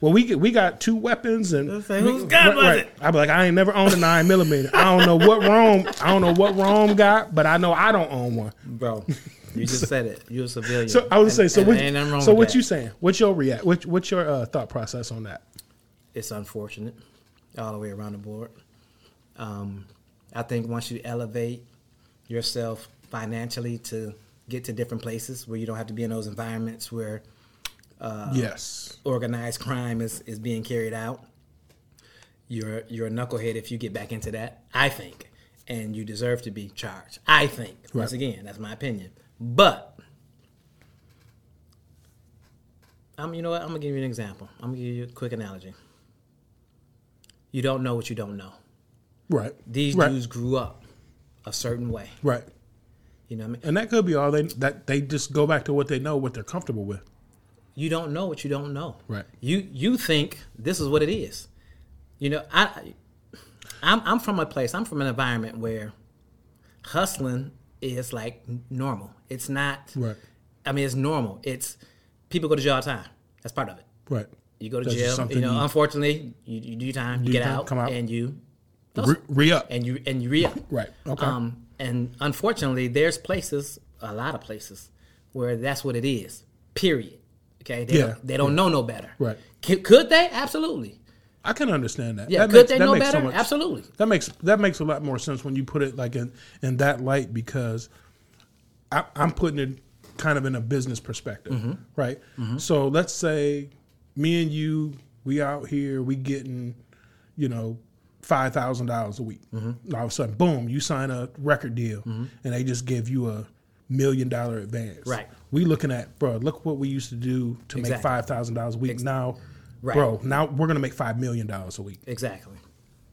S1: well, we get- we got two weapons, and
S2: saying,
S1: we-
S2: whose gun was it?
S1: I be like, I ain't never owned a nine millimeter. I don't know what Rome, I don't know what Rome got, but I know I don't own one.
S2: Bro, you just said it. You're a civilian.
S1: So I would
S2: And-
S1: say, so
S2: and
S1: what,
S2: ain't nothing wrong
S1: so
S2: with
S1: what
S2: that.
S1: you saying? What's your react? What, what's your uh, thought process on that?
S2: it's unfortunate all the way around the board. Um, I think once you elevate yourself financially to get to different places where you don't have to be in those environments where Uh,
S1: yes,
S2: organized crime is, is being carried out, you're you're a knucklehead if you get back into that. I think, and you deserve to be charged. I think.
S1: Right.
S2: Once again, that's my opinion. But I'm you know what? I'm gonna give you an example. I'm gonna give you a quick analogy. You don't know what you don't know.
S1: right.
S2: These
S1: right,
S2: dudes grew up a certain way.
S1: right,
S2: You know what I mean?
S1: and that could be all they that they just go back to what they know, what they're comfortable with.
S2: you don't know what you don't know.
S1: Right.
S2: You you think this is what it is. You know, I I'm I'm from a place, I'm from an environment where hustling is like n- normal. It's not
S1: Right.
S2: I mean, it's normal. It's people go to jail all the time. That's part of it.
S1: Right.
S2: You go to
S1: That's just
S2: jail,
S1: something
S2: you know,
S1: you-
S2: unfortunately, you, you do your time, you
S1: your
S2: get
S1: time,
S2: out,
S1: come out.
S2: and you
S1: Re, re up.
S2: and you and you re
S1: Right. Okay.
S2: Um, and unfortunately, there's places, a lot of places, where that's what it is. Period. Okay. They
S1: Yeah.
S2: Don't, they don't know no better.
S1: Right.
S2: C- could they? Absolutely.
S1: I can understand that.
S2: Yeah.
S1: that
S2: could
S1: makes-
S2: they
S1: that
S2: know
S1: makes so
S2: better?
S1: much-
S2: Absolutely.
S1: That makes that makes a lot more sense when you put it like in in that light because I, I'm putting it kind of in a business perspective,
S2: Mm-hmm.
S1: right? So let's say me and you, we out here, we getting, you know, five thousand dollars a week.
S2: Mm-hmm.
S1: All of a sudden, boom, you sign a record deal, and they just give you a million dollar advance.
S2: Right.
S1: We looking at, bro. Look what we used to do to make
S2: Exactly.
S1: five thousand dollars a week. now,
S2: Right.
S1: bro, now we're gonna make five million dollars a week.
S2: Exactly.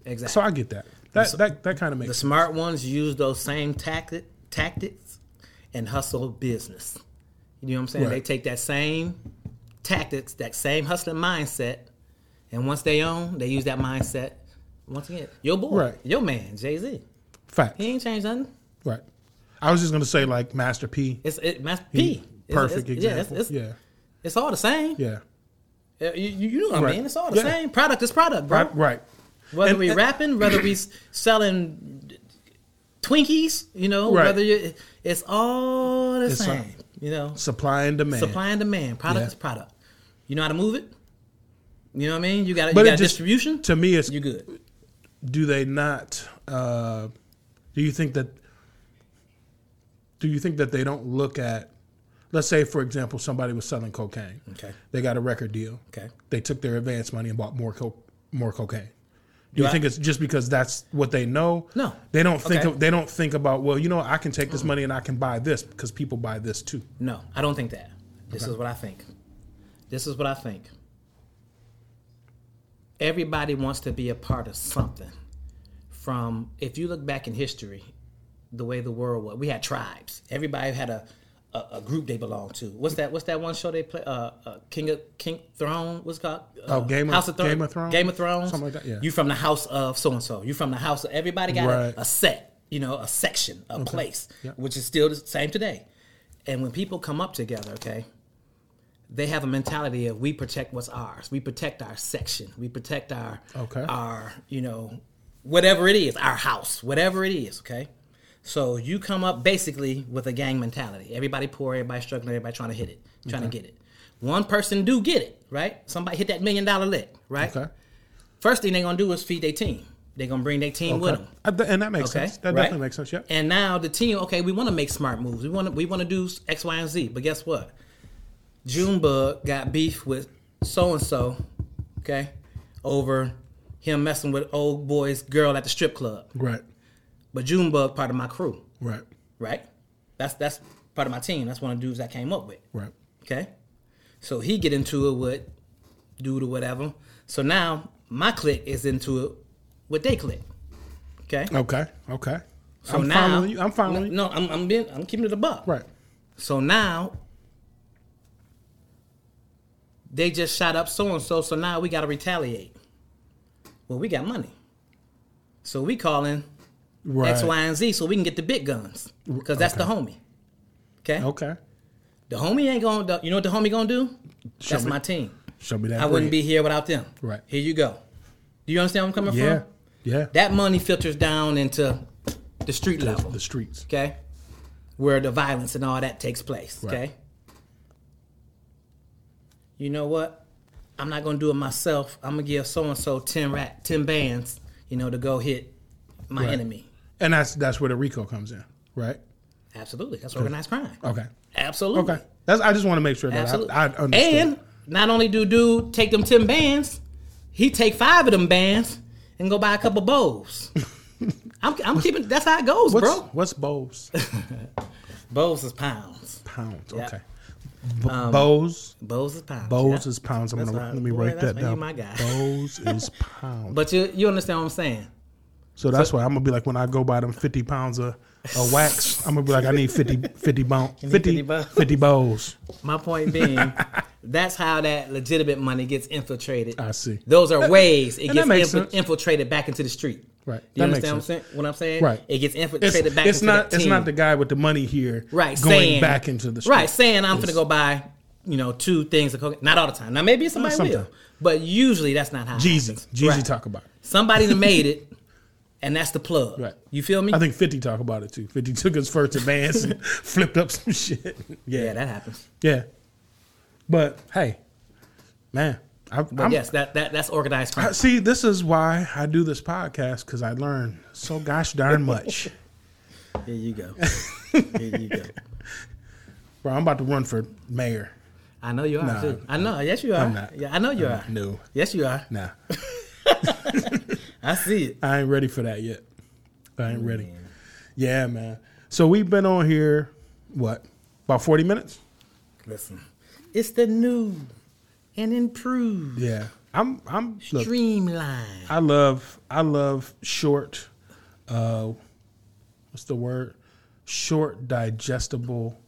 S2: Exactly.
S1: So I get that. That that, that kind of
S2: the
S1: makes
S2: smart ones use those same tactic, tactics and hustle business. You know what I'm saying?
S1: Right.
S2: They take that same tactics, that same hustling mindset, and once they own, they use that mindset. Once again, your boy,
S1: Right.
S2: your man, Jay Z.
S1: fact.
S2: He ain't changed nothing.
S1: Right. I was just gonna say like Master P.
S2: It's it, Master P. It's-
S1: Perfect
S2: it's-
S1: example.
S2: Yeah,
S1: Yeah,
S2: it's, it's, it's all the same.
S1: yeah.
S2: Uh, You, you know what
S1: Right.
S2: I mean? It's all the
S1: Yeah.
S2: same. Product is product, bro.
S1: Right. Right.
S2: Whether
S1: And-
S2: we
S1: and-
S2: rapping, whether we s- selling Twinkies, you know,
S1: Right.
S2: whether you, it's all the
S1: It's
S2: same.
S1: fine.
S2: You know,
S1: Supply and demand.
S2: supply and demand. Product
S1: Yeah.
S2: is product. You know how to move it. You know what I mean? You got
S1: But
S2: you
S1: it
S2: got
S1: just-
S2: distribution.
S1: to me, it's
S2: you good.
S1: do they not? Uh, do you think that? Do you think that they don't look at? Let's say, for example, somebody was selling cocaine.
S2: Okay.
S1: They got a record deal.
S2: Okay.
S1: They took their advance money and bought more co- more cocaine. Do you
S2: I-
S1: think it's just because that's what they know?
S2: No.
S1: They don't think
S2: Okay.
S1: they don't think about, well, you know, I can take this money and I can buy this because people buy this too.
S2: No, I don't think that. This is what I think. This is what I think. Everybody wants to be a part of something. From if you look back in history, the way the world was, we had tribes. Everybody had a a, a group they belonged to. What's that? What's that one show they play? Uh, uh, King of King Throne. What's it called? Uh,
S1: Oh, Game of-
S2: Thro-
S1: Game of Thrones?
S2: Game of Thrones.
S1: Something like that, yeah.
S2: You from the house of so and so. You from the house of everybody got a-
S1: Right.
S2: a, set. You know, a section, a place,
S1: Yeah.
S2: which is still the same today. And when people come up together, okay, they have a mentality of we protect what's ours. We protect our section. We protect our
S1: Okay.
S2: our you know whatever it is, our house, whatever it is, okay? So you come up basically with a gang mentality. Everybody poor, everybody struggling, everybody trying to hit it, trying to get it. One person do get it, right? Somebody hit that million dollar lick, right?
S1: Okay.
S2: First thing they're gonna do is feed their team. They're gonna bring their team with them.
S1: Uh, th- and that makes
S2: Okay,
S1: sense. That
S2: right?
S1: definitely makes sense. Yeah.
S2: And now the team, okay, we want to make smart moves. We want to we want to do X, Y, and Z. But guess what? Junebug got beef with so and so, okay, over him messing with old boy's girl at the strip club.
S1: Right.
S2: But Junebug part of my crew,
S1: Right.
S2: right? That's that's part of my team. That's one of the dudes I came up with.
S1: Right.
S2: Okay. So he get into it with dude or whatever. So now my clique is into it with they clique. Okay.
S1: Okay. Okay.
S2: So
S1: I'm
S2: now
S1: following you. I'm following you.
S2: No, no, I'm I'm being I'm keeping it a buck.
S1: Right.
S2: So now they just shot up so and so. So now we got to retaliate. Well, we got money, so we calling
S1: Right.
S2: X, Y, and Z so we can get the big guns because that's the homie. Okay.
S1: Okay. the
S2: The homie ain't gonna. the- You know what the homie gonna do?
S1: Show
S2: that's
S1: me-
S2: my team.
S1: Show me that.
S2: I
S1: bread.
S2: wouldn't be here without them.
S1: Right.
S2: Here you go. Do you understand where I'm coming
S1: Yeah.
S2: from?
S1: Yeah.
S2: That money filters down into the street level
S1: the streets.
S2: okay, where the violence and all that takes place,
S1: Right.
S2: okay? You know what? I'm not gonna do it myself. I'm gonna give so and so ten rat, ten bands, you know, to go hit my
S1: Right.
S2: enemy.
S1: And that's that's where the RICO comes in. Right.
S2: Absolutely, that's organized crime.
S1: Okay.
S2: Absolutely,
S1: Okay. That's. I just want to make sure that
S2: absolutely.
S1: I, I understand.
S2: And not only do dude take them ten bands, he take five of them bands and go buy a couple bowls. I'm, I'm keeping. That's how it goes,
S1: what's,
S2: bro.
S1: What's bowls?
S2: Bowls is pounds.
S1: pounds.
S2: Yeah.
S1: Okay. B- bows.
S2: Bowls is pounds.
S1: Bows
S2: yeah.
S1: is pounds. I'm gonna
S2: right.
S1: let me
S2: Boy,
S1: write
S2: that's
S1: that
S2: why you
S1: down.
S2: my guy.
S1: Bows is pounds.
S2: But you you understand what I'm saying?
S1: So that's why I'm gonna be like when I go buy them fifty pounds of, of wax, I'm gonna be like I need 50, 50, bon, 50,
S2: 50
S1: 50,
S2: bowls.
S1: bowls.
S2: My point being, that's how that legitimate money gets infiltrated.
S1: I see.
S2: Those are ways it
S1: And that
S2: gets
S1: makes
S2: infi-
S1: sense.
S2: infiltrated back into the street.
S1: Right.
S2: Do you
S1: That makes
S2: understand what I'm,
S1: sense.
S2: saying, what I'm saying?
S1: Right.
S2: It gets
S1: It's,
S2: infiltrated back
S1: it's
S2: into
S1: not
S2: the
S1: it's not the
S2: team.
S1: guy with the money here
S2: right
S1: going
S2: saying-
S1: back into the street.
S2: right saying I'm gonna go buy you know two things of cocaine. Not all the time. Now maybe somebody will,
S1: sometime.
S2: but usually that's not how. it
S1: Jeezy.
S2: happens.
S1: Jeezy
S2: Right.
S1: talk about it.
S2: Somebody that made it, and that's the plug.
S1: Right.
S2: You feel me?
S1: I think Fifty talk about it too. Fifty took his first advance and flipped up some shit. Yeah.
S2: yeah,
S1: Yeah.
S2: that happens.
S1: But hey, man, I,
S2: But
S1: I'm,
S2: yes, that, that that's organized crime.
S1: I- Uh, See, this is why I do this podcast because I learn so gosh darn much.
S2: Here you go. Here you go.
S1: Bro, I'm about to run for mayor.
S2: I know you are
S1: Nah.
S2: too. I know. Yes, you are.
S1: I'm not.
S2: Yeah, I know you are.
S1: No,
S2: Yes, you are.
S1: nah,
S2: I see it.
S1: I ain't ready for that yet. I ain't ready. Yeah, man. So we've been on here, what, about 40 minutes?
S2: Listen, it's the new and improved
S1: Yeah. I'm, I'm, look,
S2: streamline.
S1: I love, I love short, uh, what's the word? Short, digestible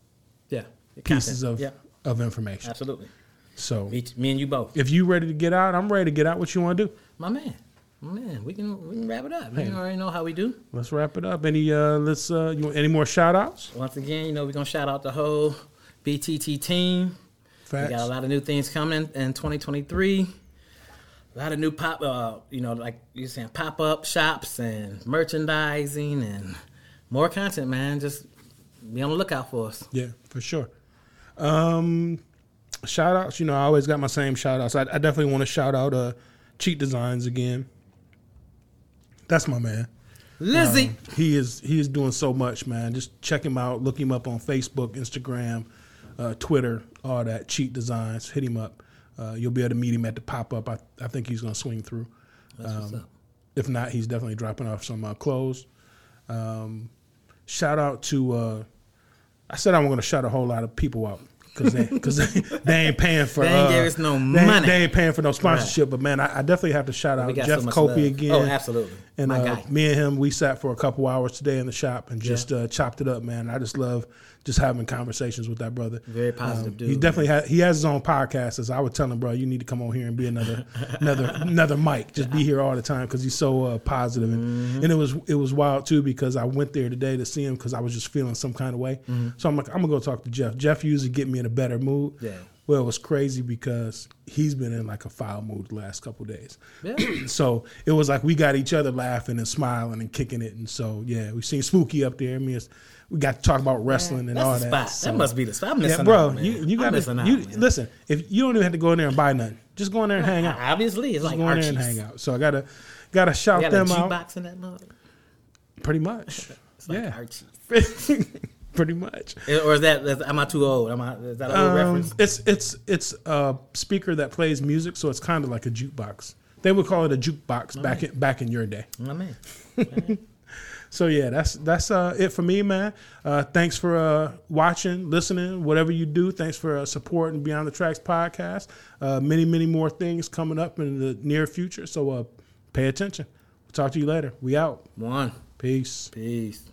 S2: Yeah,
S1: pieces of,
S2: yeah,
S1: of information.
S2: absolutely.
S1: So
S2: Me, me and you both.
S1: if you ready to get out, I'm ready to get out. What you want to do?
S2: My man, my man. We can we can wrap it up. You already know how we do.
S1: Let's wrap it up. Any, uh, let's, uh, you want any more shout outs?
S2: Once again, you know we're gonna shout out the whole BTT team. We got a lot of new things coming in 2023. A lot of new pop, uh, you know, like you're saying, pop up shops and merchandising and more content, man. Just be on the lookout for us.
S1: Yeah, for sure. Um, shout outs, you know, I always got my same shout outs. I, I definitely want to shout out uh, Cheat Designs again. That's my man.
S2: Lizzie,
S1: He is he is doing so much, man. Just check him out. Look him up on Facebook, Instagram, uh, Twitter, all that. Cheat Designs. Hit him up. Uh, you'll be able to meet him at the pop up. I, I think he's going to swing through. Um,
S2: That's what's up.
S1: If not, he's definitely dropping off some uh, clothes. Um, shout out to uh, I said I'm going to shout a whole lot of people out because they, 'cause they, they ain't paying for
S2: They ain't
S1: uh,
S2: gave us no
S1: they ain't-
S2: money.
S1: They ain't paying for no sponsorship, but man, I, I definitely have to shout out
S2: we got
S1: Jeff
S2: so much
S1: Copey
S2: love.
S1: again.
S2: Oh, absolutely,
S1: And
S2: my
S1: uh,
S2: guy.
S1: me and him, we sat for a couple hours today in the shop and just uh, chopped it up, man. I just love just having conversations with that brother. Um,
S2: Very positive dude,
S1: He definitely ha- he has his own podcast. As I would tell him, bro, you need to come on here and be another another another Mike. Just be here all the time because he's so uh, positive. And,
S2: Mm-hmm.
S1: and it was it was wild too because I went there today to see him because I was just feeling some kind of way.
S2: Mm-hmm.
S1: So I'm like, I'm gonna go talk to Jeff. Jeff usually get me in a better mood.
S2: Yeah.
S1: Well, it was crazy because he's been in like a foul mood the last couple days.
S2: Yeah.
S1: So it was like we got each other laughing and smiling and kicking it, and so yeah, we seen Spooky up there. I mean, it's, we got to talk about wrestling and all
S2: that's the
S1: that.
S2: spot.
S1: So-
S2: that must be the spot. I'm missing
S1: yeah, bro,
S2: out, man.
S1: you you
S2: I'm
S1: got
S2: missing
S1: to
S2: out,
S1: you
S2: man.
S1: listen. If you don't even have to go in there and buy nothing, just go in there and hang out.
S2: Obviously, it's like
S1: Go in there
S2: Archie's.
S1: and hang out. So I gotta Gotta shout
S2: got a
S1: them
S2: G
S1: out.
S2: box in that mug.
S1: Pretty much.
S2: It's like
S1: Yeah.
S2: Archie.
S1: Pretty much.
S2: Or is that is- am I too old? Am I is that a old
S1: Um,
S2: reference?
S1: it's it's it's a speaker that plays music, so it's kind of like a jukebox. They would call it a jukebox back in, back in your day.
S2: My man.
S1: So yeah, that's that's uh, it for me, man. Uh, thanks for uh, watching, listening, whatever you do. Thanks for uh, supporting Beyond the Tracks podcast. Uh, many many more things coming up in the near future. So uh, pay attention. We'll talk to you later. We out.
S2: One.
S1: Peace.
S2: Peace.